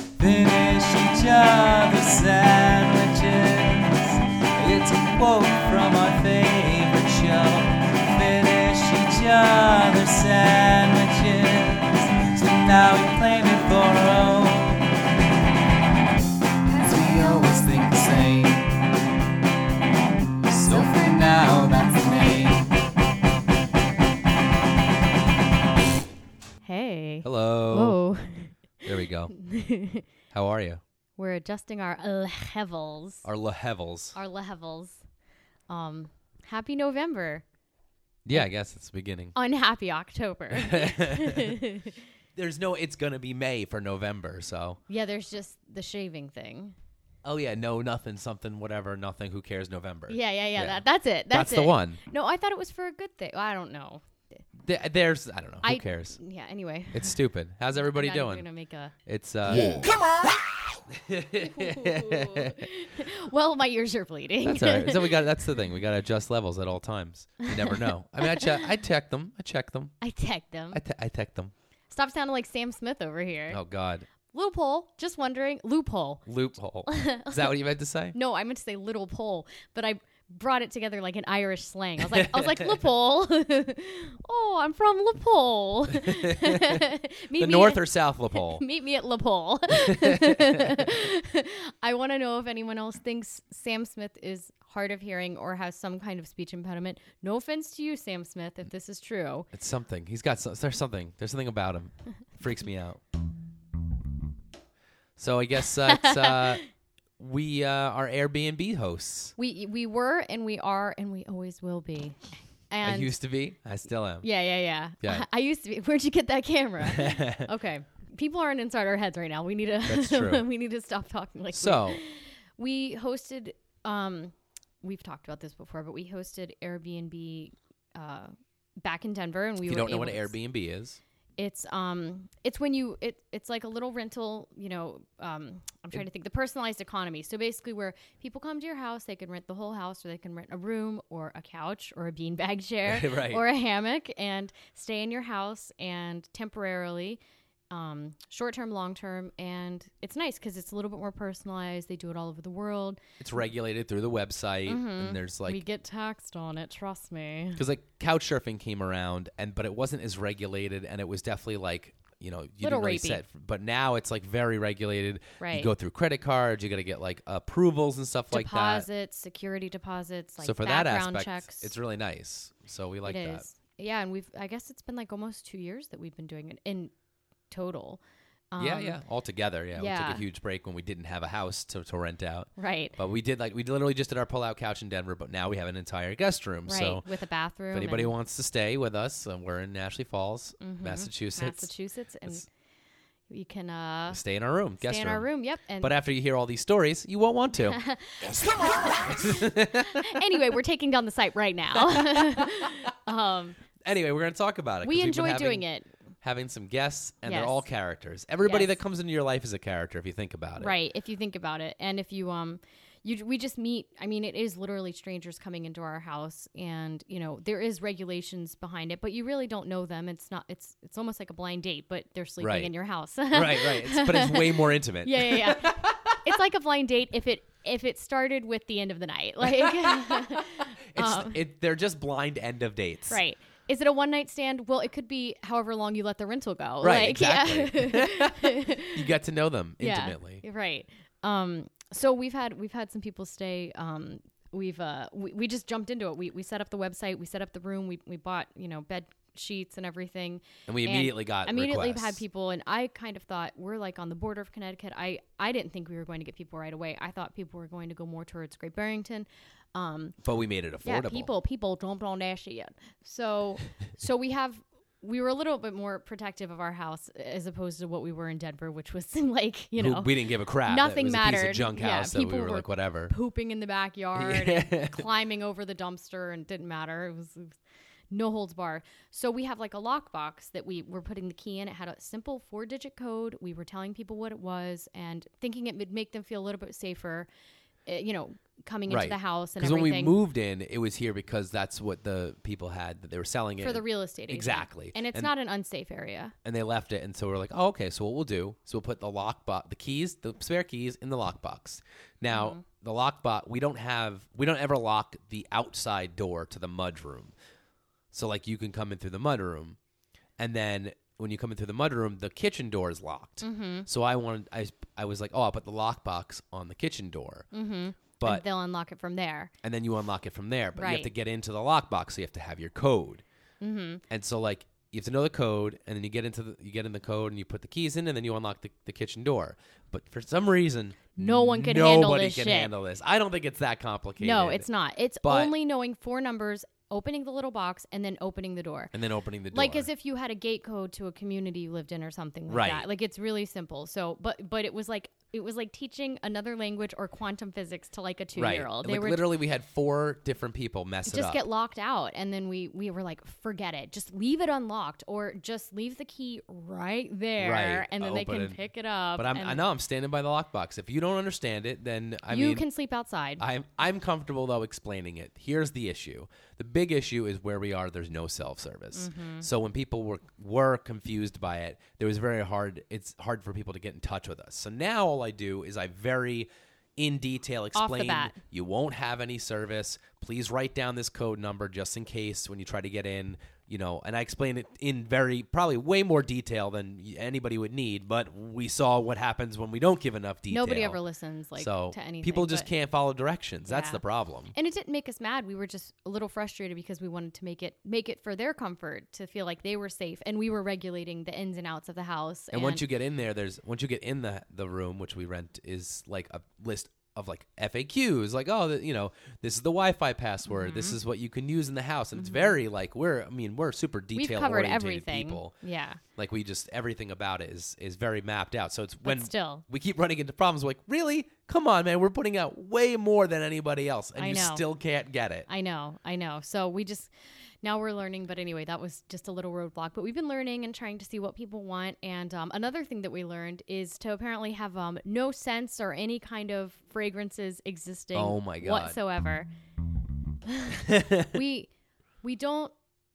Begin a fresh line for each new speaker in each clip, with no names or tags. finish each other's sandwiches. It's a quote from our favorite show. Finish each other's sandwiches. So now we claim it for our own. As we always think the same. So for now, that's the name.
Hey.
Hello.
Whoa.
There we go. How are you?
We're adjusting our levels.
Our lehevels.
Our levels. Um, happy November.
Yeah, I guess it's the beginning.
Unhappy October.
There's no it's gonna be May for November, so
yeah, there's just the shaving thing.
oh yeah, no nothing, something, whatever, nothing, who cares, November.
Yeah, yeah, yeah.
Yeah.
That, that's it. That's,
That's the
it.
one.
No, I thought it was for a good thing. I don't know.
Th- There's I don't know, who
I,
cares?
Yeah. Anyway.
It's stupid. How's everybody
I'm not even
doing?
gonna make a.
It's uh
well, my ears are bleeding.
That's all right. So we got that's the thing. We gotta adjust levels at all times. You never know. I mean I check I check them. I check them.
I tagged them.
I te- I tech them.
Stop sounding like Sam Smith over here.
Oh god.
Loophole. Just wondering. Loophole.
Loophole. Is that what you meant to say?
No, I meant to say little pole, but I brought it together like an Irish slang. I was like, I was like, Lipole. oh, I'm from Lipole. meet
The
me
north
at,
or south loophole?
meet me at Lipole. I want to know if anyone else thinks Sam Smith is hard of hearing or has some kind of speech impediment. No offense to you, Sam Smith, if this is true.
It's something. He's got so, there's something. There's something about him. Freaks me out. So I guess uh, it's, uh, we uh, are Airbnb hosts.
We we were and we are and we always will be.
I
And
used to be. I still am.
Yeah, yeah, yeah.
Yeah.
I, I used to be. Where'd you get that camera? okay. People aren't inside our heads right now. We need to.
That's true.
we need to stop talking like
So
we, we hosted. Um, we've talked about this before, but we hosted Airbnb uh, back in Denver, and we
if you
were
don't know what
able to-
Airbnb is,
It's um, it's when you it it's like a little rental. You know, um, I'm trying to think the personalized economy. So basically, where people come to your house, they can rent the whole house, or they can rent a room, or a couch, or a beanbag chair,
Right.
or a hammock, and stay in your house and temporarily. Um, short term, long term, and it's nice because it's a little bit more personalized. They do it all over the world.
it's regulated through the website, and there's
Mm-hmm. we
like
get taxed on it, trust me.
because like couch surfing came around, and but it wasn't as regulated, and it was definitely like you know you
Little
didn't really
rapey.
set. But now it's like very regulated. You
Right.
go through credit cards. You got to get like approvals and stuff like that.
deposits, security deposits, like
so for that
background
aspect,
checks.
it's really nice. So we like
It is,
that.
Yeah, and we've I guess it's been like almost two years that we've been doing it in total. Um,
yeah, yeah, all together. Yeah. we
yeah.
took a huge break when we didn't have a house to, to rent out,
Right.
but we did like we literally just did our pull-out couch in Denver, but now we have an entire guest room.
right.
So
With a bathroom.
if anybody
and Mm-hmm.
wants to stay with us, uh, we're in Ashley Falls, Massachusetts.
Massachusetts and you can uh
Stay in our room, guest
stay in our room, yep. And
But after you hear all these stories, you won't want to.
anyway, we're taking down the site right now. um
anyway, we're going to talk about it.
we enjoy doing it.
Having some guests, and they're
Yes.
all characters. Everybody
Yes.
that comes into your life is a character if you think about it.
Right, if you think about it, and if you um, you we just meet. I mean, it is literally strangers coming into our house, and you know there is regulations behind it, but you really don't know them. It's not. It's it's almost like a blind date, but they're sleeping
Right.
in your house.
right, right. It's, but it's way more intimate.
yeah, yeah, yeah. it's like a blind date if it if it started with the end of the night, like
It's, it, they're just blind end of dates.
Um, right. Is it a one night stand? Well, it could be however long you let the rental go.
Right,
Like, yeah.
You get to know them
Yeah,
intimately.
you're right. Um, so we've had we've had some people stay. Um, we've uh, we, we just jumped into it. We we set up the website. We set up the room. We we bought you know bed sheets and everything.
And we immediately got
immediately
Uh, requests.
had people, and I kind of thought we're like on the border of Connecticut. I I didn't think we were going to get people right away. I thought people were going to go more towards Great Barrington. Um,
But we made it affordable.
yeah, people people jumped on that shit. So so we have we were a little bit more protective of our house as opposed to what we were in Denver, which was like you
Who-
know
we didn't give a crap.
nothing
that was A piece
mattered.
of junk
Yeah,
house that we
people
were,
were
like, whatever.
pooping in the backyard and climbing over the dumpster and it didn't matter. It was, it was no holds bar. So we have like a lockbox that we were putting the key in. It had a simple four digit code. We were telling people what it was and thinking it would make them feel a little bit safer. uh, you know, coming
Right.
into the house and
Because when
everything.
we moved in, it was here because that's what the people had that they were selling it
for the real estate agent.
Exactly.
and it's
And-
not an unsafe area
and they left it. And so we're like, oh, okay. So what we'll do is we'll put the lock bo- the keys, the spare keys, in the lockbox. Now the lockbox, we don't have, we don't ever lock the outside door to the mud room. So like you can come in through the mud room, and then when you come in through the mud room, the kitchen door is locked. So I wanted, I, I was like, oh, I'll put the lockbox on the kitchen door. Mm-hmm. But
and they'll unlock it from there
and then you unlock it from there. But you have
Right.
to get into the lockbox, so you have to have your code. Mm-hmm. And so like you have to know the code, and then you get into the you get in the code, and you put the keys in, and then you unlock the, the kitchen door. But for some reason,
No one can handle
nobody
this
can
shit.
handle this. I don't think it's that complicated.
no it's not it's
But-
only knowing four numbers opening the little box and then opening the door
and then opening the door.
like as if you had a gate code to a community you lived in or something like
Right.
that like it's really simple so but but it was like it was like teaching another language or quantum physics to like a two
right,
year old
like literally, we had four different people mess it
just
up.
get locked out and then we we were like forget it just leave it unlocked or just leave the key right there
Right,
and then they can
open.
pick it up
but I'm,
and
I know I'm standing by the lockbox. If you don't understand it, then I
you
mean,
can sleep outside
I'm I'm comfortable though explaining it. Here's the issue. The big issue is where we are. There's no self service.
Mm-hmm.
So when people were were confused by it, there was very hard. It's hard for people to get in touch with us. So now all I do is I very in detail
the
explain
bat.
you won't have any service. Please write down this code number just in case when you try to get in. You know, and I explain it in very probably way more detail than y- anybody would need. But we saw what happens when we don't give enough detail.
nobody ever listens like
so
to anything
people just
but-
can't follow directions. That's
Yeah.
the problem.
and it didn't make us mad we were just a little frustrated because we wanted to make it make it for their comfort to feel like they were safe and we were regulating the ins and outs of the house
And, once you get in there, there's once you get in the the room which we rent is like a list of like FAQs, like oh, the, you know, this is the Wi-Fi password.
Mm-hmm.
This is what you can use in the house, and it's very like we're. I mean, we're super
we've
detail
covered
oriented
everything
people.
yeah
Like we just everything about it is is very mapped out. So it's when
still.
we keep running into problems. Like really, come on, man, we're putting out way more than anybody else, and
I
you
know.
still can't get it.
I know, I know. So we just now we're learning, but anyway, that was just a little roadblock. But we've been learning and trying to see what people want. And um, another thing that we learned is to apparently have um, no scents or any kind of fragrances existing.
Oh my God.
Whatsoever. we we don't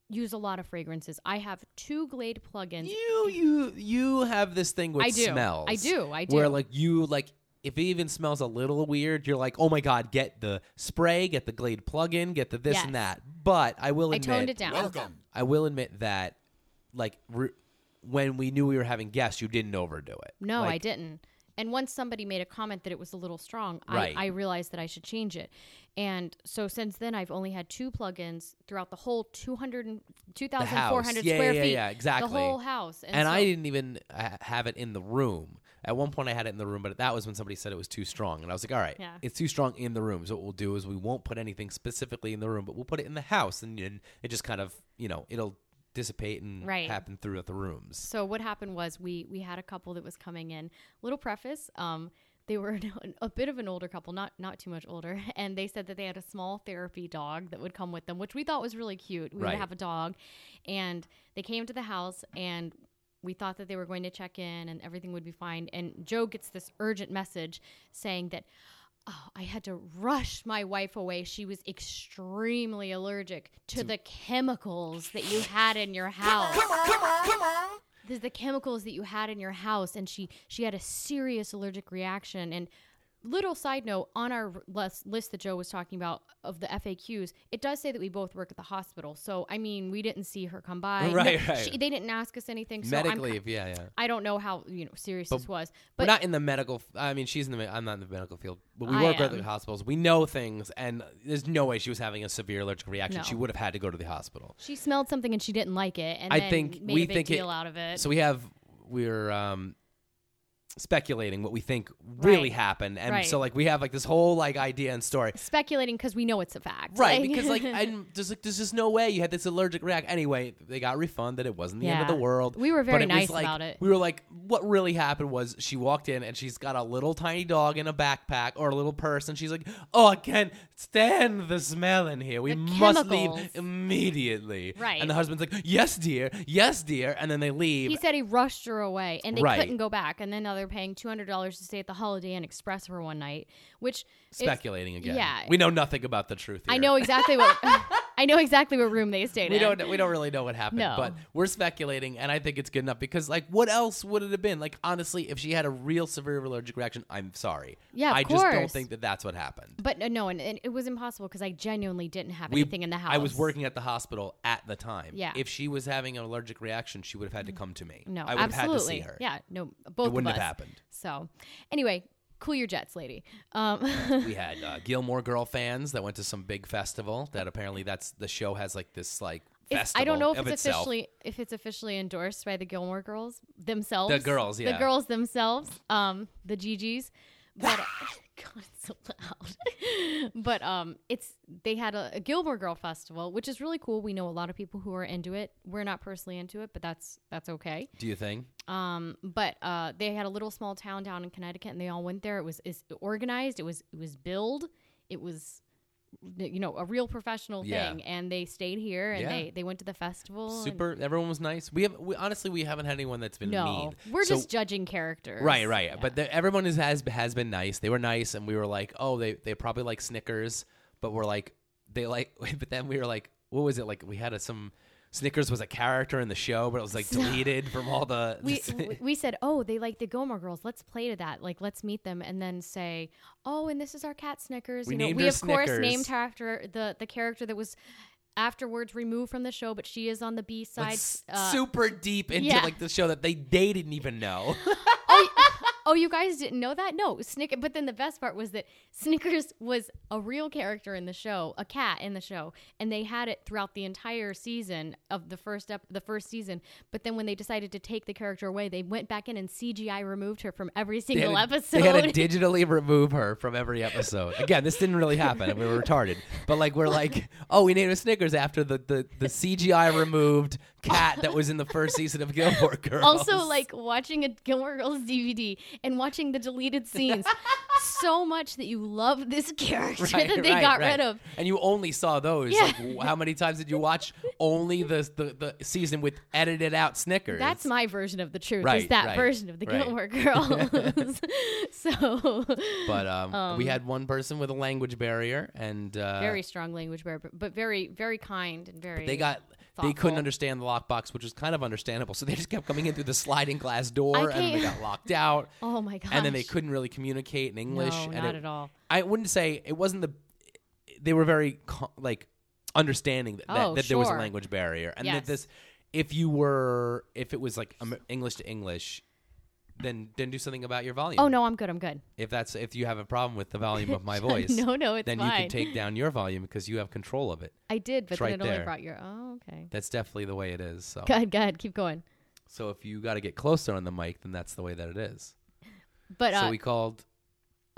use a lot of fragrances. I have two Glade plugins.
You you you have this thing with
I do.
smells.
I do. I
Where
do.
like you like if it even smells a little weird, you're like, oh my god, get the spray, get the Glade plug-in, get the this
Yes.
and that. But I will
I
admit,
toned it down.
I will admit that like re- when we knew we were having guests, you didn't overdo it.
No, I
Like,
didn't. And once somebody made a comment that it was a little strong,
Right.
I, I realized that I should change it. And so since then, I've only had two plugins throughout the whole 200, and- 2,400
Yeah,
square
yeah,
feet.
yeah, exactly.
The whole house. And,
and
so,
I didn't even uh, have it in the room. At one point, I had it in the room, but that was when somebody said it was too strong, and I was like, "All right,
Yeah.
it's too strong in the room." So what we'll do is we won't put anything specifically in the room, but we'll put it in the house, and, and it just kind of, you know, it'll dissipate and
Right.
happen throughout the rooms.
So what happened was we we had a couple that was coming in. Little preface, um, they were an- a bit of an older couple, not not too much older, and they said that they had a small therapy dog that would come with them, which we thought was really cute. We
Right.
would have a dog, and they came to the house and. We thought that they were going to check in and everything would be fine. And Joe gets this urgent message saying that, oh, I had to rush my wife away. She was extremely allergic to the chemicals that you had in your house the, the chemicals that you had in your house and she she had a serious allergic reaction and little side note on our les- list that joe was talking about of the faqs it does say that we both work at the hospital so i mean we didn't see her come by
Right, right.
she- they didn't ask us anything so
Medically,
I'm,
if- yeah, yeah.
i don't know how you know serious this was
We're
but
not in the medical. f- I mean, she's in the. me- I'm not in the medical field, but we
I
work at
am.
the hospitals. We know things, and there's no way she was having a severe allergic reaction.
No.
She would have had to go to the hospital.
she smelled something and she didn't like it and
I
then
think
made
we
a big
think it-
deal out of it
So we have we're um speculating what we think really
Right.
happened, and
Right.
so like we have like this whole like idea and story.
speculating because we know it's a fact
Right, because like I'm just like there's just no way you had this allergic react. Anyway, they got refunded. It wasn't the end of
Yeah.
the world.
We were
But
very
it was,
nice
like-
about it.
We were like, what really happened was she walked in and she's got a little tiny dog in a backpack or a little purse, and she's like, oh, I can't stand the smell in here. We
The
must leave
chemicals."
immediately.
Right.
And the husband's like, yes, dear, yes, dear, and then they leave.
he said he rushed her away and they
Right.
couldn't go back and then now they they're paying two hundred dollars to stay at the Holiday Inn Express for one night, which is-
Speculating again.
yeah.
We know nothing about the truth. Here.
I know exactly what I know exactly what room they stayed
We
in.
don't. We don't really know what happened,
No.
but we're speculating, and I think it's good enough because, like, what else would it have been? Like, honestly, if she had a real severe allergic reaction, I'm sorry.
Yeah, of
I just don't
course.
think that that's what happened.
But uh, no, and, and it was impossible because I genuinely didn't have
We-
anything in the house.
I was working at the hospital at the time.
Yeah.
If she was having an allergic reaction, she would have had to come to me.
No,
I would
absolutely.
have had to see her.
Yeah, no, both
it wouldn't
of us.
have happened.
So, anyway, cool your jets, lady. Um,
We had uh, Gilmore Girl fans that went to some big festival. That apparently that's the show has like this like
it's-
festival.
I don't know if
of
it's
itself.
officially if it's officially endorsed by the Gilmore Girls themselves.
The girls, yeah.
the girls themselves, um, the GGs. But God, it's so loud. but um, it's they had a, a Gilmore Girl festival, which is really cool. We know a lot of people who are into it. We're not personally into it, but that's that's okay.
Do you think?
Um, but uh, they had a little small town down in Connecticut, and they all went there. It was is organized. It was it was billed. It was you know a real professional
Yeah.
thing, and they stayed here and
Yeah.
they they went to the festival. and-
Super. Everyone was nice. We have. We, honestly, we haven't had anyone that's been
no,
mean.
we're
So-
just judging characters.
Right, right.
Yeah.
But the, everyone is, has has been nice. They were nice, and we were like, oh, they they probably like Snickers, but we're like, they like. But then we were like, what was it like? We had a, some Snickers was a character in the show, but it was like deleted from all the.
we w- we said, oh, they like the Gilmore Girls. Let's play to that. Like, let's meet them and then say, oh, and this is our cat Snickers.
We
you know,
named
we
her
of course
Snickers.
named her after the the character that was afterwards removed from the show, but she is on the B
like,
side. uh,
s- super deep into
yeah.
like the show that they they didn't even know.
oh, y- oh, you guys didn't know that? No, Snickers. But then the best part was that Snickers was a real character in the show, a cat in the show, and they had it throughout the entire season of the first up, the first season. But then when they decided to take the character away, they went back in and CGI removed her from every
They had
single
to-
episode.
They had to digitally remove her from every episode. Again, this didn't really happen. and We were retarded. But like we're like, oh, we named her Snickers after the, the, the CGI removed cat that was in the first season of Gilmore Girls.
also, like watching a Gilmore Girls DVD and watching the deleted scenes, so much that you love this character
Right,
that they
right,
got
right.
rid of.
And you only saw those.
Yeah.
Like, w- how many times did you watch only the, the, the season with edited out Snickers?
That's my version of the truth. is
Right,
that
right,
version of the
right.
Gilmore Girls. so
But um, we had one person with a language barrier, and uh,
very strong language barrier, but- but very very kind and very.
they got they
thoughtful.
couldn't understand the lockbox, which was kind of understandable. So they just kept coming in through the sliding glass door, and they
can't-
got locked out.
Oh my gosh!
and then they couldn't really communicate in English.
No,
and
not
it-
at all.
I wouldn't say it wasn't the. They were very co- like understanding that, that,
Oh,
that there was a
sure.
language barrier, and that
Yes.
this, if you were, if it was like um, English to English, then then do something about your volume.
Oh no, I'm good. I'm good.
If that's if you have a problem with the volume of my voice,
No, no, it's
then you
fine.
can take down your volume because you have control of it.
I did, but
It's
then
right
it only
there. Oh.
brought your. Oh okay.
That's definitely the way it is. So,
Go ahead, go ahead. Keep going.
so if you got to get closer on the mic, then that's the way that it is.
But uh,
so we called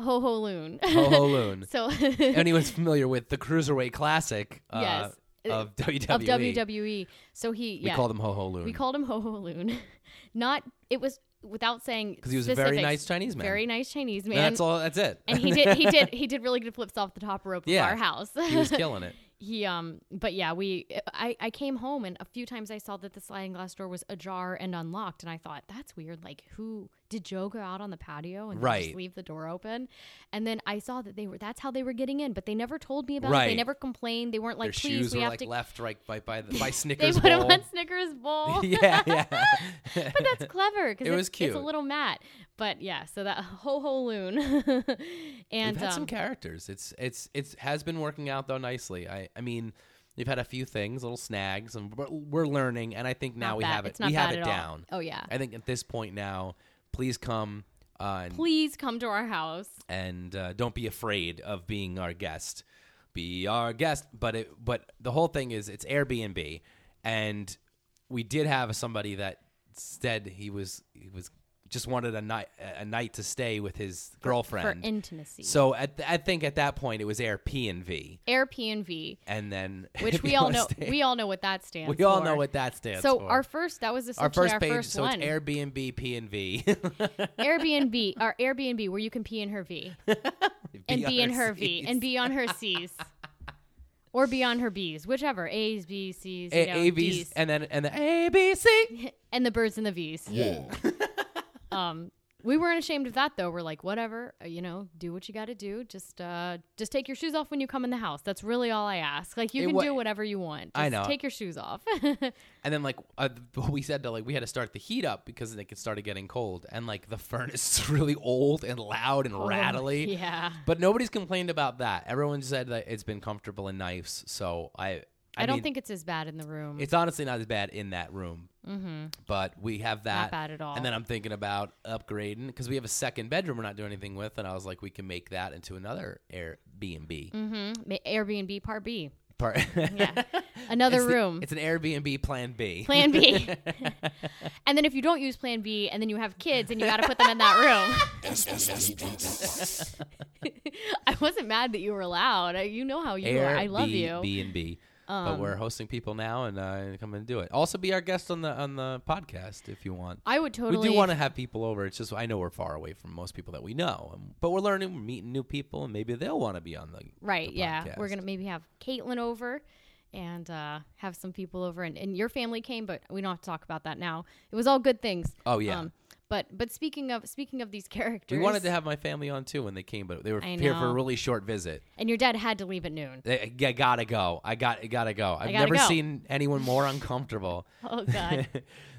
ho ho loon.
Ho Ho Loon.
so
anyone's familiar with the Cruiserweight Classic uh,
Yes.
of WWE.
of WWE. So he
We
yeah.
called him Ho Ho Loon.
We called him Ho Ho Loon. Not it was without saying
'Cause he was a very
specifics,
nice Chinese man.
Very nice Chinese man.
And that's all. That's it.
and he did he did he did really good flips off the top rope
Yeah.
of our house.
he was killing it.
He um but yeah, we I I came home and a few times I saw that the sliding glass door was ajar and unlocked and I thought that's weird like who did Joe go out on the patio and
Right.
just leave the door open? And then I saw that they were that's how they were getting in, but they never told me about it. They
Right.
never complained. They weren't like
Their
please
shoes
we
were
have
like
to
left right by by, the, by
They
Snickers
put him
bowl.
on Snickers bowl.
yeah, yeah.
but that's clever because
It
it's,
was
it's a
cute.
little mat. But yeah, so that ho ho loon,
We've
and
had some
um,
characters. It's it's it's has been working out though nicely. I I mean, we've had a few things, little snags, and we're, we're learning. And I think now
not
we
bad.
have it.
It's not
we have
bad
it
at all.
down.
Oh yeah,
I think at this point now, please come uh, and
please come to our house.
and uh, don't be afraid of being our guest. Be our guest, but it but the whole thing is it's Airbnb, and we did have somebody that said he was he was just wanted a night a night to stay with his girlfriend.
for intimacy.
so at th- I think at that point it was Airbnb,
Airbnb,
and then
which
if
we
you
all
wanna
know,
stay-
we all know what that stands.
we all
for.
know what that stands
So
for.
our first that was essentially
our first page,
first
so
one.
it's Airbnb P and V,
Airbnb, our Airbnb, where you can pee in her V and be in her V and be on her C's. Or be on her B's, whichever A's, B's, C's, you know,
A B C
D's.
and then and the A B C.
and the birds and the V's.
Yeah.
Um, we weren't ashamed of that though. We're like, whatever, uh, you know, do what you got to do. Just, uh, just take your shoes off when you come in the house. That's really all I ask. Like, you
It
can
wa-
do whatever you want.
I
Just
know.
Take your shoes off.
And then like uh, we said to like we had to start the heat up because like it started getting cold and like the furnace is really old and loud and rattly.
Oh, yeah.
But nobody's complained about that. Everyone said that it's been comfortable in knives. So I I,
I, don't
mean,
think it's as bad in the room.
it's honestly not as bad in that room.
mm-hmm.
But we have that.
Not bad at all.
And then I'm thinking about upgrading because we have a second bedroom we're not doing anything with, and I was like, we can make that into another Airbnb.
mm-hmm. Airbnb Part B.
Part.
Mm. Yeah. Another
It's the-
room.
it's an Airbnb Plan B.
Plan B. and then if you don't use Plan B, and then you have kids, and you got to put them in that room. I wasn't mad that you were loud. Uh, You know how you are. I love you. Um,
B and B. But we're hosting people now, and uh, come and do it. Also, be our guest on the on the podcast if you want.
I would totally.
We do want to have people over. It's just I know we're far away from most people that we know, um, but we're learning, we're meeting new people, and maybe they'll want to be on the
Right.
the
Yeah.
podcast.
We're gonna maybe have Caitlin over. And uh, have some people over, and, and your family came, but we don't have to talk about that now. It was all good things. Um,
Oh yeah,
but but speaking of speaking of these characters,
we wanted to have my family on too when they came, but they were
I
here for a
know.
really short visit.
and your dad had to leave at noon.
They, I gotta go. I got I gotta go. I've
gotta
never
go.
seen anyone more uncomfortable
Oh God!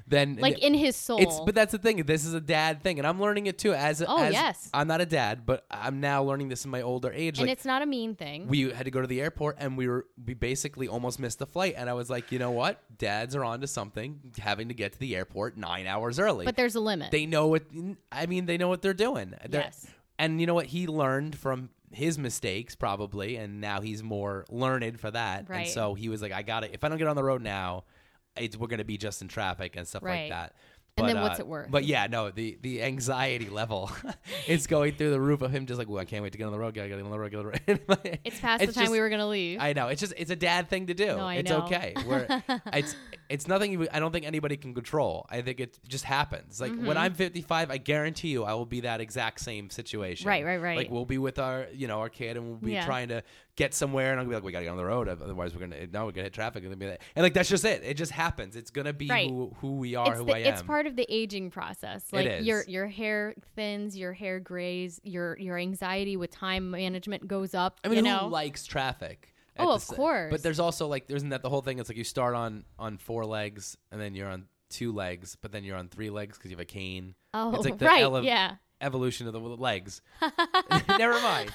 than
like in his soul.
It's but that's the thing. This is a dad thing, and I'm learning it too. As
Oh,
as-
yes.
I'm not a dad, but I'm now learning this in my older age.
and
like
it's not a mean thing.
we had to go to the airport, and we were we basically almost missed the flight. And I was like, you know what, dads are onto something. Having to get to the airport nine hours early,
but there's a limit.
they know what. I mean, they know what they're doing. They're-
Yes.
And you know what? He learned from his mistakes probably, and now he's more learned for that.
Right.
And so he was like, I got to If I don't get on the road now, it's we're gonna be just in traffic and stuff like
Right.
that.
And then what's it worth?
But yeah, no, the the anxiety level is going through the roof of him. Just like, well, I can't wait to get on the road. Gotta get on the road. Get on the road.
it's past the time
just-
we were gonna leave.
I know. It's just it's a dad thing to do.
No, I
it's
know.
okay. We're, it's it's nothing. you- I don't think anybody can control. I think it just happens. Like
Mm-hmm.
when I'm 55, I guarantee you, I will be that exact same situation.
Right, right, right.
Like we'll be with our you know our kid, and we'll be
Yeah.
trying to get somewhere, and I'll be like, we gotta get on the road, otherwise we're gonna no, we're gonna hit traffic, and, be like, and like that's just it. It just happens. It's gonna be
Right.
who who we are,
it's,
who
the,
I am.
it's part of the aging process.
It
Like your
is.
your hair thins, your hair grays, your your anxiety with time management goes up.
I mean,
you
who
know,
likes traffic?
Oh,
At the
of
sa-
course.
But there's also like, isn't that the whole thing? It's like you start on on four legs, and then you're on two legs, but then you're on three legs because you have a cane.
oh,
it's like the
right,
ele-
yeah.
Evolution of the legs. Never mind.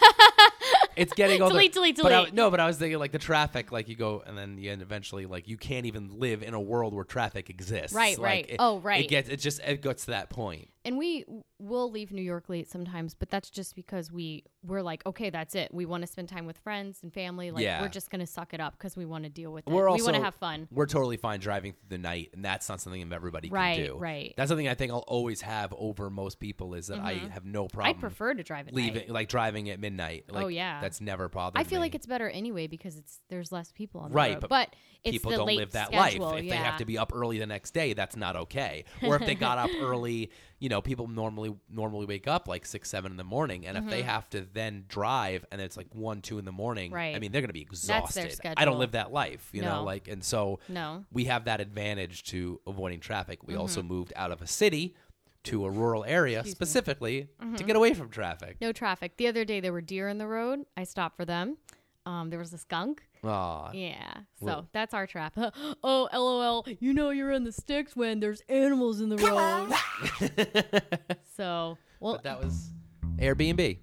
It's getting all
Delete,
the,
delete,
But I,
delete.
no, but I was thinking like the traffic, like you go and then you end eventually like you can't even live in a world where traffic exists.
Right,
Like,
right.
it-
Oh, right.
It gets it just it gets to that point.
And we w- will leave New York late sometimes, but that's just because we we're like, okay, that's it. We want to spend time with friends and family. Like
Yeah.
we're just gonna suck it up because we want to deal with it.
We're
we want to
also-
have fun.
We're totally fine driving through the night, and that's not something everybody
Right,
can do.
right.
That's something I think I'll always have over most people is that I have no
Mm-hmm. I
problem
prefer to drive at night.
leaving, like driving at midnight. Like,
Oh, yeah.
that's never bothered.
I feel
me.
like it's better anyway because it's there's less people on the
Right,
road.
but
it's
people
the
don't
late
live that
schedule,
life. If
yeah.
they have to be up early the next day, that's not okay. Or if they got up early, you know, people normally normally wake up like six, seven in the morning, and if
Mm-hmm.
they have to then drive and it's like one, two in the morning, I
Right.
mean, they're gonna be
their
exhausted. I don't
schedule.
live that life, you know,
No.
like and so
No.
we have that advantage to avoiding traffic. We also
Mm-hmm.
moved out of a city to a rural area specifically to
Mm-hmm.
get away from traffic.
No traffic. The other day there were deer in the road. I stopped for them. Um, there was a skunk.
Aw.
Yeah. So
Well-
that's our trap. oh, lol. You know you're in the sticks when there's animals in the road. so, well,
But that was Airbnb.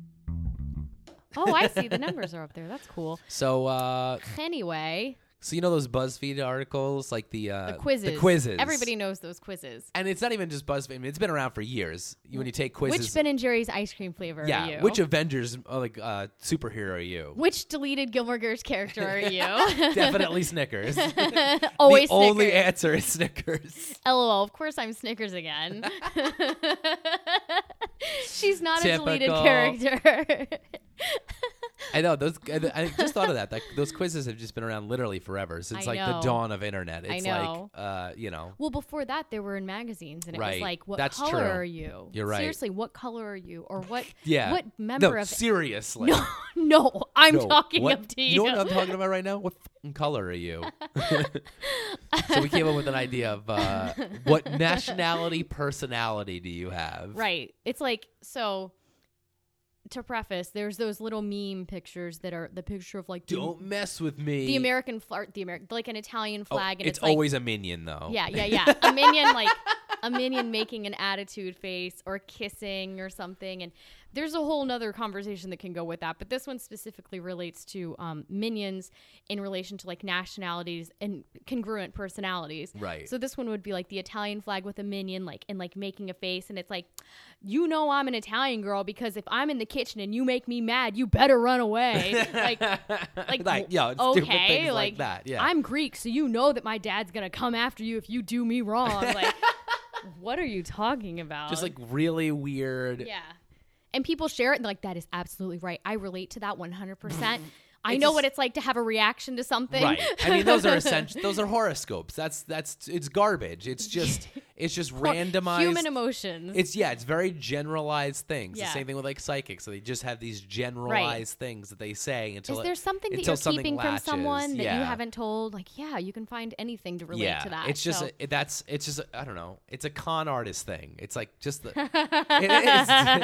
oh, I see the numbers are up there. That's cool.
So uh
Anyway,
So you know those BuzzFeed articles, like the uh,
the quizzes.
the quizzes.
Everybody knows those quizzes.
and it's not even just BuzzFeed. I mean, it's been around for years. You- When you take quizzes,
Which Ben and Jerry's ice cream flavor
yeah,
are you?
which Avengers uh, like uh, superhero are you?
Which deleted Gilmore Girls character are you?
Definitely Snickers. the
Always
only
Snickers.
answer is Snickers.
LOL. Of course, I'm Snickers again. She's not a deleted
Typical.
character.
I know those. I I just thought of that. Like those quizzes have just been around literally forever since
I
like the
know.
dawn of internet.
I
It's
know.
like, uh, you know,
Well, before that, they were in magazines, and it
Right.
was like, "What
That's
color
true.
are you?"
You're right.
Seriously, what color are you, or what?
yeah.
What member
no,
of?
seriously?
no, no, I'm
No,
talking
what?
up to
You know what I'm talking about right now? What fucking color are you? so we came up with an idea of uh, what nationality personality do you have?
Right. It's like so. To preface, there's those little meme pictures that are the picture of like the-
Don't mess with me.
the, American flag, the American like an Italian
Oh,
flag, and
it's,
it's, like,
always a minion though.
yeah, yeah, yeah, a minion like a minion making an attitude face or kissing or something, and there's a whole nother conversation that can go with that, but this one specifically relates to um, minions in relation to like nationalities and congruent personalities.
Right.
So this one would be like the Italian flag with a minion, like and like making a face, and it's like, you know, I'm an Italian girl because if I'm in the kitchen and you make me mad, you better run away. like, like,
yeah, it's
okay,
stupid things like,
like,
that. Yeah,
I'm Greek, so you know that my dad's gonna come after you if you do me wrong. Like, what are you talking about?
just like really weird.
yeah, and people share it and they're like, that is absolutely right. I relate to that 100. percent I
It's
know
just-
what it's like to have a reaction to something.
Right. I mean, those are essential. Those are horoscopes. That's that's it's garbage. It's just it's just randomized.
human emotions.
it's yeah. It's very generalized things.
Yeah.
The same thing with like psychics. So they just have these generalized things that they say until
Is
it-
there something that
until
you're
something
keeping
latches.
from someone that
yeah.
you haven't told? Like, yeah, you can find anything to relate
yeah,
to that.
it's just
So-
it- that's it's just I don't know. It's a con artist thing. It's like just the it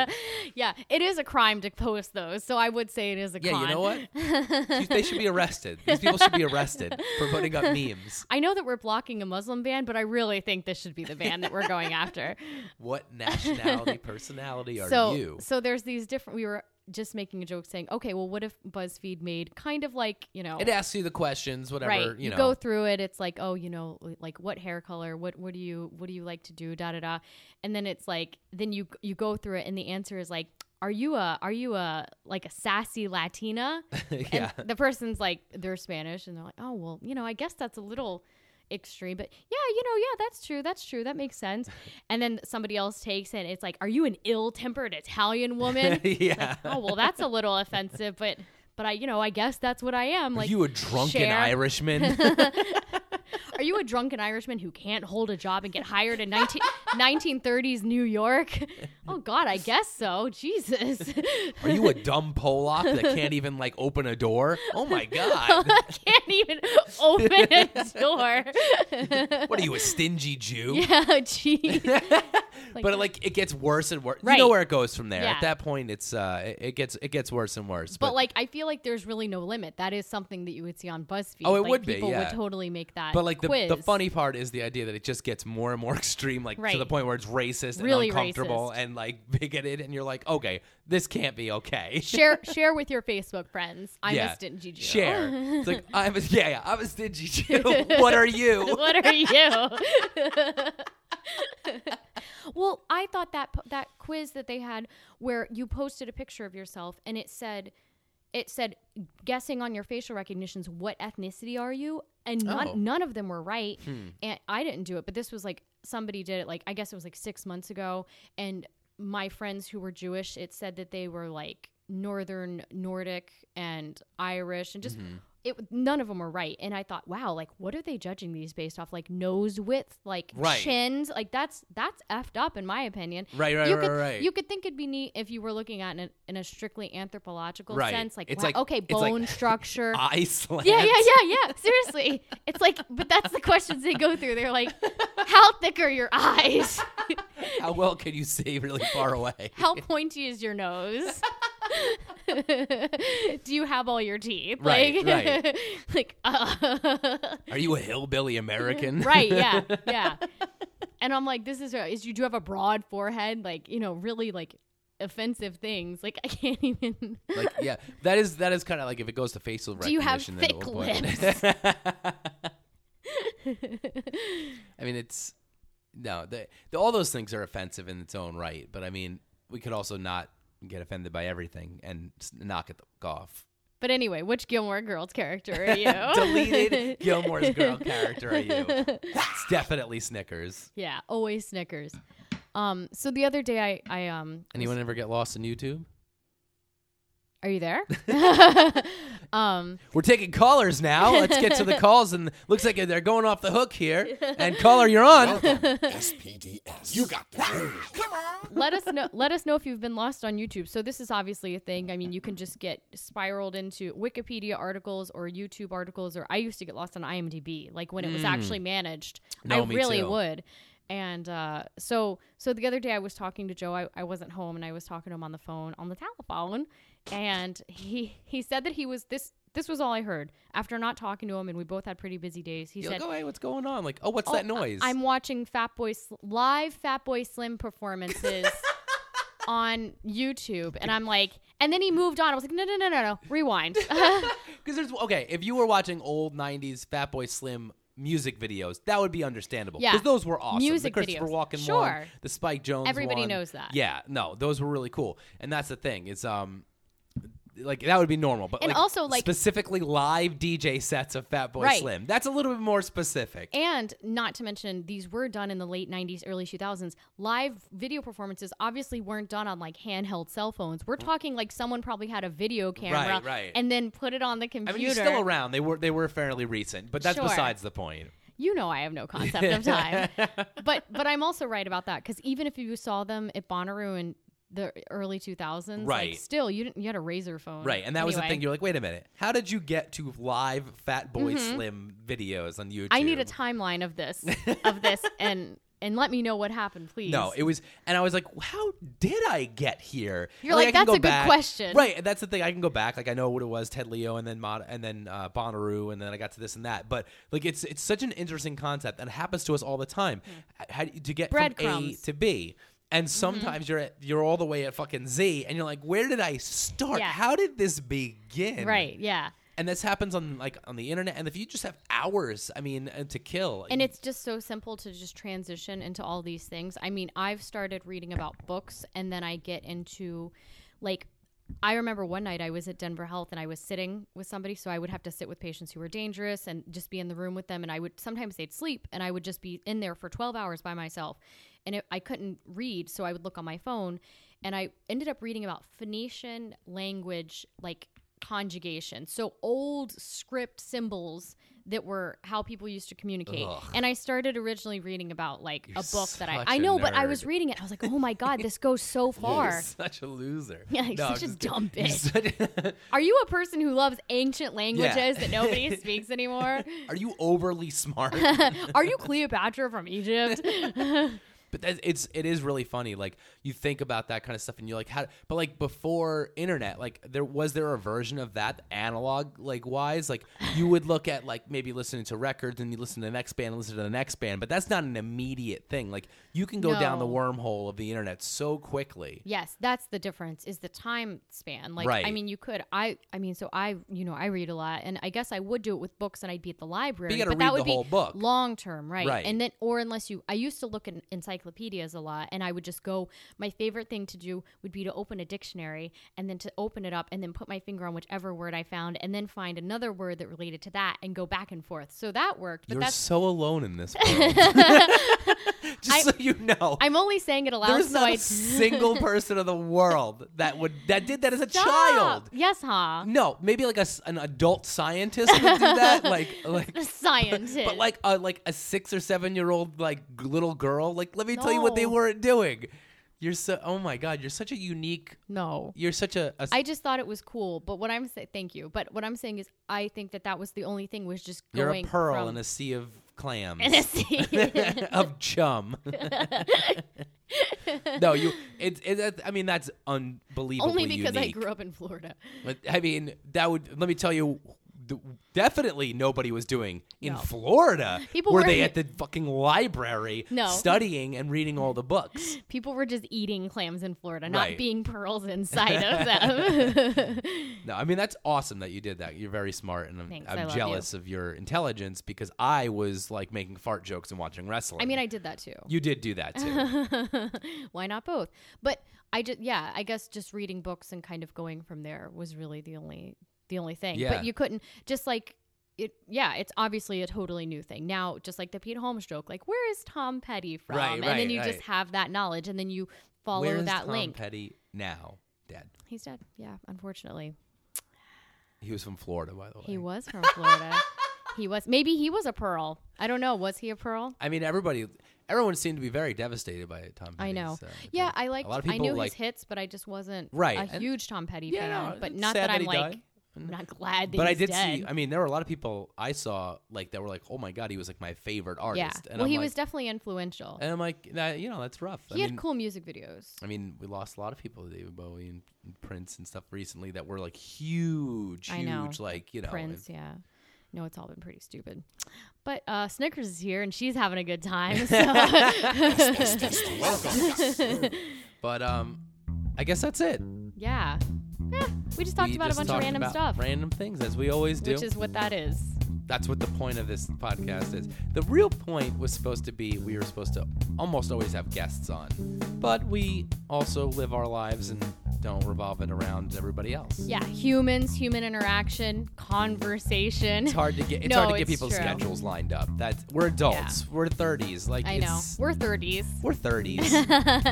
is.
yeah, it is a crime to post those, so I would say it is a
Yeah,
con.
you know what? She- they should be arrested. These people should be arrested for putting up memes.
I know that we're blocking a Muslim ban, but I really think this should be the ban that we're going after.
What nationality, personality are
so,
you?
so there's these different. We were just making a joke saying, okay, well, what if BuzzFeed made kind of like you know,
It asks you the questions, whatever
Oh. right?
you know.
go through it. It's like, oh, you know, like what hair color? What what do you what do you like to do? Da da da. And then it's like, then you you go through it, and the answer is like. Are you a are you a like a sassy Latina?
yeah,
And the person's like, they're Spanish, and they're like, oh, well, you know, I guess that's a little extreme, but yeah, you know, yeah, that's true. That's true. That makes sense. and then somebody else takes it. It's like, are you an ill tempered Italian woman?
yeah.
oh, well, that's a little offensive, but. But I, you know, I guess that's what I am.
Are
Like,
you a drunken
share-
Irishman?
Are you a drunken Irishman who can't hold a job and get hired in 19, 1930s New York? Oh God, I guess so. Jesus.
Are you a dumb Polak that can't even like open a door? Oh my god!
I can't even open a door.
What are you, a stingy Jew?
Yeah, geez.
But like it gets worse and worse. You
Right.
know where it goes from there.
Yeah.
At that point, it's uh, it, it gets it gets worse and worse.
but like, I feel like there's really no limit. That is something that you would see on BuzzFeed.
Oh, it
Like,
would be,
People
yeah.
would totally make that.
But like the,
quiz.
the funny part is the idea that it just gets more and more extreme, like to
Right.
the point where it's racist
Really
and uncomfortable
racist.
and like bigoted, and you're like, okay, this can't be okay.
share share with your Facebook friends. I'm
Yeah.
a stingy Jew.
Share. It's like I'm a yeah, yeah, I'm a stingy Jew. what are you?
what are you? well, I thought that po- that quiz that they had where you posted a picture of yourself and it said it said guessing on your facial recognitions what ethnicity are you and none,
Oh. Hmm.
none of them were right
Mm-hmm.
and I didn't do it but this was like somebody did it like I guess it was like 6 months ago and my friends who were Jewish it said that they were like northern Nordic and Irish and just
Mm-hmm.
it none of them were right and I thought wow like what are they judging these based off like nose width like
Right.
chins like that's that's effed up in my opinion
Right, right,
you
right,
could,
right.
You could think it'd be neat if you were looking at it in a strictly anthropological
Right.
sense, like,
It's
wow,
like-
okay,
it's like-
bone structure.
Iceland.
yeah, yeah, yeah, yeah. Seriously, it's like, but that's the questions they go through. They're like, how thick are your eyes?
How well can you see really far away?
How pointy is your nose? Do you have all your teeth?
Right,
like,
right.
like, uh,
Are you a hillbilly American?
Right, yeah, yeah. And I'm like, this is, is you do have a broad forehead, like, you know, really like offensive things. Like, I can't even.
like yeah, that is that is kind of like if it goes to facial
Do you have
recognition. then at
thick
one point- I mean, it's no, the, the, all those things are offensive in its own right, but I mean, we could also not get offended by everything and s- knock it off.
But anyway, which Gilmore Girls character are you?
Deleted Gilmore's girl character are you? It's definitely Snickers.
yeah, always Snickers. Um, so the other day I, I, um,
Anyone ever get lost in YouTube?
was- Are you there? um,
We're taking callers now. Let's get to the calls, and looks like they're going off the hook here. And caller, you're on.
SPDS. You got this. Come on.
let us know. Let us know if you've been lost on YouTube. So this is obviously a thing. I mean, you can just get spiraled into Wikipedia articles or YouTube articles. Or I used to get lost on IMDb, like when it was actually managed.
Mm. No,
I
me
really
too.
would. And uh, so, so the other day I was talking to Joe. I, I wasn't home, and I was talking to him on the phone, on the telephone, and he he said that he was this. This was all I heard after not talking to him, and we both had pretty busy days. He
You're
said,
like, oh, hey, what's going on? Like, oh, what's that noise?
I'm watching Fat Boy Sl- live Fat Boy Slim performances on YouTube, and I'm like, and then he moved on. I was like, no, no, no, no, no, rewind.
Because there's okay, if you were watching old '90s Fatboy Slim music videos, that would be understandable.
Yeah.
because those were awesome. the
Music
Christopher
videos.
Walken one,
Sure.
the Spike Jones.
Everybody
one.
knows that.
Yeah, no, those were really cool, and that's the thing. It's um. Like that would be normal, but
And
like,
also, like-
specifically live DJ sets of Fat Boy
Right.
Slim. That's a little bit more specific.
and not to mention, these were done in the late '90s, early 2000s. Live video performances obviously weren't done on like handheld cell phones. We're talking like someone probably had a video camera,
Right, right.
and then put it on the
I
computer.
mean, he's still around. They were they were fairly recent, but that's
Sure.
besides the point.
you know I have no concept of time. but but I'm also right about that because even if you saw them at Bonnaroo in the early 2000s, like,
Right.
still you didn't you had a razor phone,
Right, and that was the
Anyway,
thing. You're like, wait a minute, how did you get to live Fat Boy Slim videos on YouTube?
Mm-hmm. I need a timeline of this of this and and let me know what happened, please.
No, it was, and I was like, "How did I get here?"
You're
And,
like,
I can
"That's
go
a good
back."
question.
right? And that's the thing. I can go back. Like, I know what it was: Ted Leo, and then Mod, and then uh, Bonnaroo, and then I got to this and that. But like, it's it's such an interesting concept, and it happens to us all the time. How do you- to get from A
Hmm. Breadcrumbs. Mm-hmm.
to B. And sometimes you're at, you're all the way at fucking Z, and you're like, "Where did I start?
Yeah.
How did this begin?"
right, yeah.
And this happens on like on the internet, and if you just have hours, I mean, uh, to kill,
And it's just so simple to just transition into all these things. I mean, I've started reading about books and then I get into like I remember one night I was at Denver Health and I was sitting with somebody, so I would have to sit with patients who were dangerous and just be in the room with them. And I would sometimes they'd sleep and I would just be in there for 12 hours by myself. And it, I couldn't read, so I would look on my phone and I ended up reading about Phoenician language, like conjugation. So old script symbols that were how people used to communicate.
Ugh.
And I started originally reading about like a book that I
such
I
a
know, but I
nerd.
was reading it. I was like, "Oh my god, this goes so far."
You're such a loser.
Yeah, you're
I'm
such a
just
dumb
kidding. You're such-
Are you a person who loves ancient languages
Yeah.
that nobody speaks anymore?
Are you overly smart?
Are you Cleopatra from Egypt?
but that, it's it is really funny. Like you think about that kind of stuff, and you're like, how? But like before internet, like there was there a version of that analog like wise. Like you would look at like maybe listening to records, and you listen to the next band, and listen to the next band. But that's not an immediate thing. Like you can go down the
No.
wormhole of the internet so quickly.
yes, that's the difference is the time span. Like I
Right.
mean, you could I I mean, so I, you know, I read a lot and I guess I would do it with books and I'd be at the library,
gotta
that
read
would
the
be
whole book.
long term, right?
Right.
And then or unless you I used to look in encyclopedias a lot and I would just go my favorite thing to do would be to open a dictionary and then to open it up and then put my finger on whichever word I found and then find another word that related to that and go back and forth. So that worked, but
you're
that's
so alone in this world. Just so you know.
I'm only saying it aloud
there's
so
not
I
a single person in the world that would that did that as a child.
Stop. Yes, huh?
No, maybe like a s an adult scientist would do that. like, like,
The scientist.
but like a like a six or seven year old like g- little girl. Like, let me tell you what they
No.
weren't doing. You're so. Oh my god, you're such a unique.
no.
You're such a. a
I just thought it was cool, but what I'm saying, thank you. But what I'm saying is, I think that that was the only thing was just
you're a
going
pearl
from
in a sea of clams.
in a sea.
of chum. no, you. It's. It, that- I mean, that's unbelievable.
only because I
unique.
grew up in Florida.
But, I mean, that would let me tell you, th- definitely nobody was doing in
No.
Florida.
People
were
were-
they at the fucking library,
No.
studying and reading all the books?
People were just eating clams in Florida, not
Right.
being pearls inside of them.
No, I mean that's awesome that you did that. You're very smart, and I'm,
Thanks, I
I'm
love
jealous of your intelligence because I was like making fart jokes and watching wrestling.
I mean, I did that too.
you did do that too.
Why not both? But I just, yeah, I guess just reading books and kind of going from there was really the only, the only thing.
Yeah.
But you couldn't just like it. Yeah, it's obviously a totally new thing now. Just like the Pete Holmes joke, like where is Tom Petty from?
Right,
and
right,
then you
right.
just have that knowledge, and then you follow
Where's
that
Tom
link.
Petty now? Dead.
He's dead. Yeah, unfortunately.
He was from Florida, by the way.
He was from Florida. he was. Maybe he was a pearl. I don't know. Was he a pearl?
I mean, everybody, everyone seemed to be very devastated by Tom. Petty,
I know.
so think-
yeah, I like.
a lot of
I
people
knew
like.
his hits, but I just wasn't
Right,
a
and-
huge Tom Petty
Yeah,
fan.
no,
but
it's
not
sad
that
that
I'm
he
like.
died.
I'm not glad that
but I
he's
did
dead.
see. I mean, there were a lot of people I saw like that were like, "Oh my god, he was like my favorite artist."
yeah.
And
well,
I'm
he
like,
was definitely influential.
And I'm like, that, you know, that's rough.
he
I
had
mean,
cool music videos.
I mean, we lost a lot of people, David Bowie and Prince and stuff recently that were like huge,
I
huge,
know.
like you know,
Prince, yeah. No, it's all been pretty stupid. But uh, Snickers is here and she's having a good time. So
Welcome.
But um, I guess that's it.
yeah. Eh, we just talked
We
about
just
a bunch of
talked
random
about
stuff,
random things as we always do.
which is what that is.
that's what the point of this podcast is. The real point was supposed to be we were supposed to almost always have guests on, but we also live our lives and don't revolve it around everybody else.
Yeah, humans, human interaction, conversation.
It's hard to get. It's
No,
hard to get
it's
people's
true.
schedules lined up. That's we're adults. We're thirties. Like
I know.
it's,
We're 30s.
We're thirties.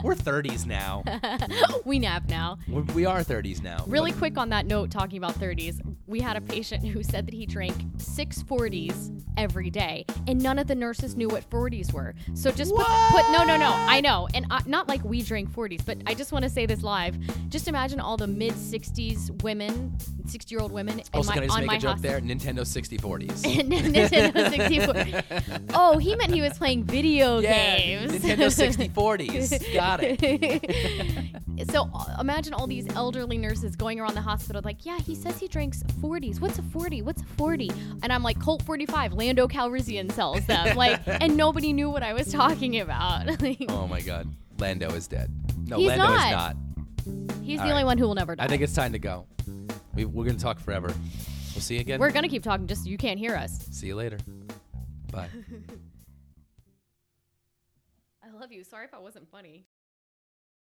we're thirties now.
we nap now.
We, we are thirties now.
Really
But
quick on that note, talking about 30s, we had a patient who said that he drank six 40s every day, and none of the nurses knew what 40s were. So just put, put no, no, no, I know, and I, not like we drink 40s, but I just want to say this live. Just imagine all the mid 60s women, 60 year old women, in
Also,
my,
can I just
on
make
my
a joke
hosp-
there? Nintendo sixty forties.
Nintendo 64. Oh, he meant he was playing video
yeah,
games.
Nintendo sixty forties. Got it.
so uh, imagine all these elderly nurses going around the hospital like, yeah, he says he drinks 40s. What's a 40? What's a 40? And I'm like, Colt 45, Lando Calrissian sells them. Like, and nobody knew what I was talking about. Like,
Oh my God, Lando is dead. No,
He's
Lando is not.
not. he's
all
the only
right.
one who will never die.
I think it's time to go. We, we're gonna talk forever. We'll see you again.
We're going to keep talking, just so you can't hear us.
see you later. Bye.
I love you. Sorry if I wasn't funny.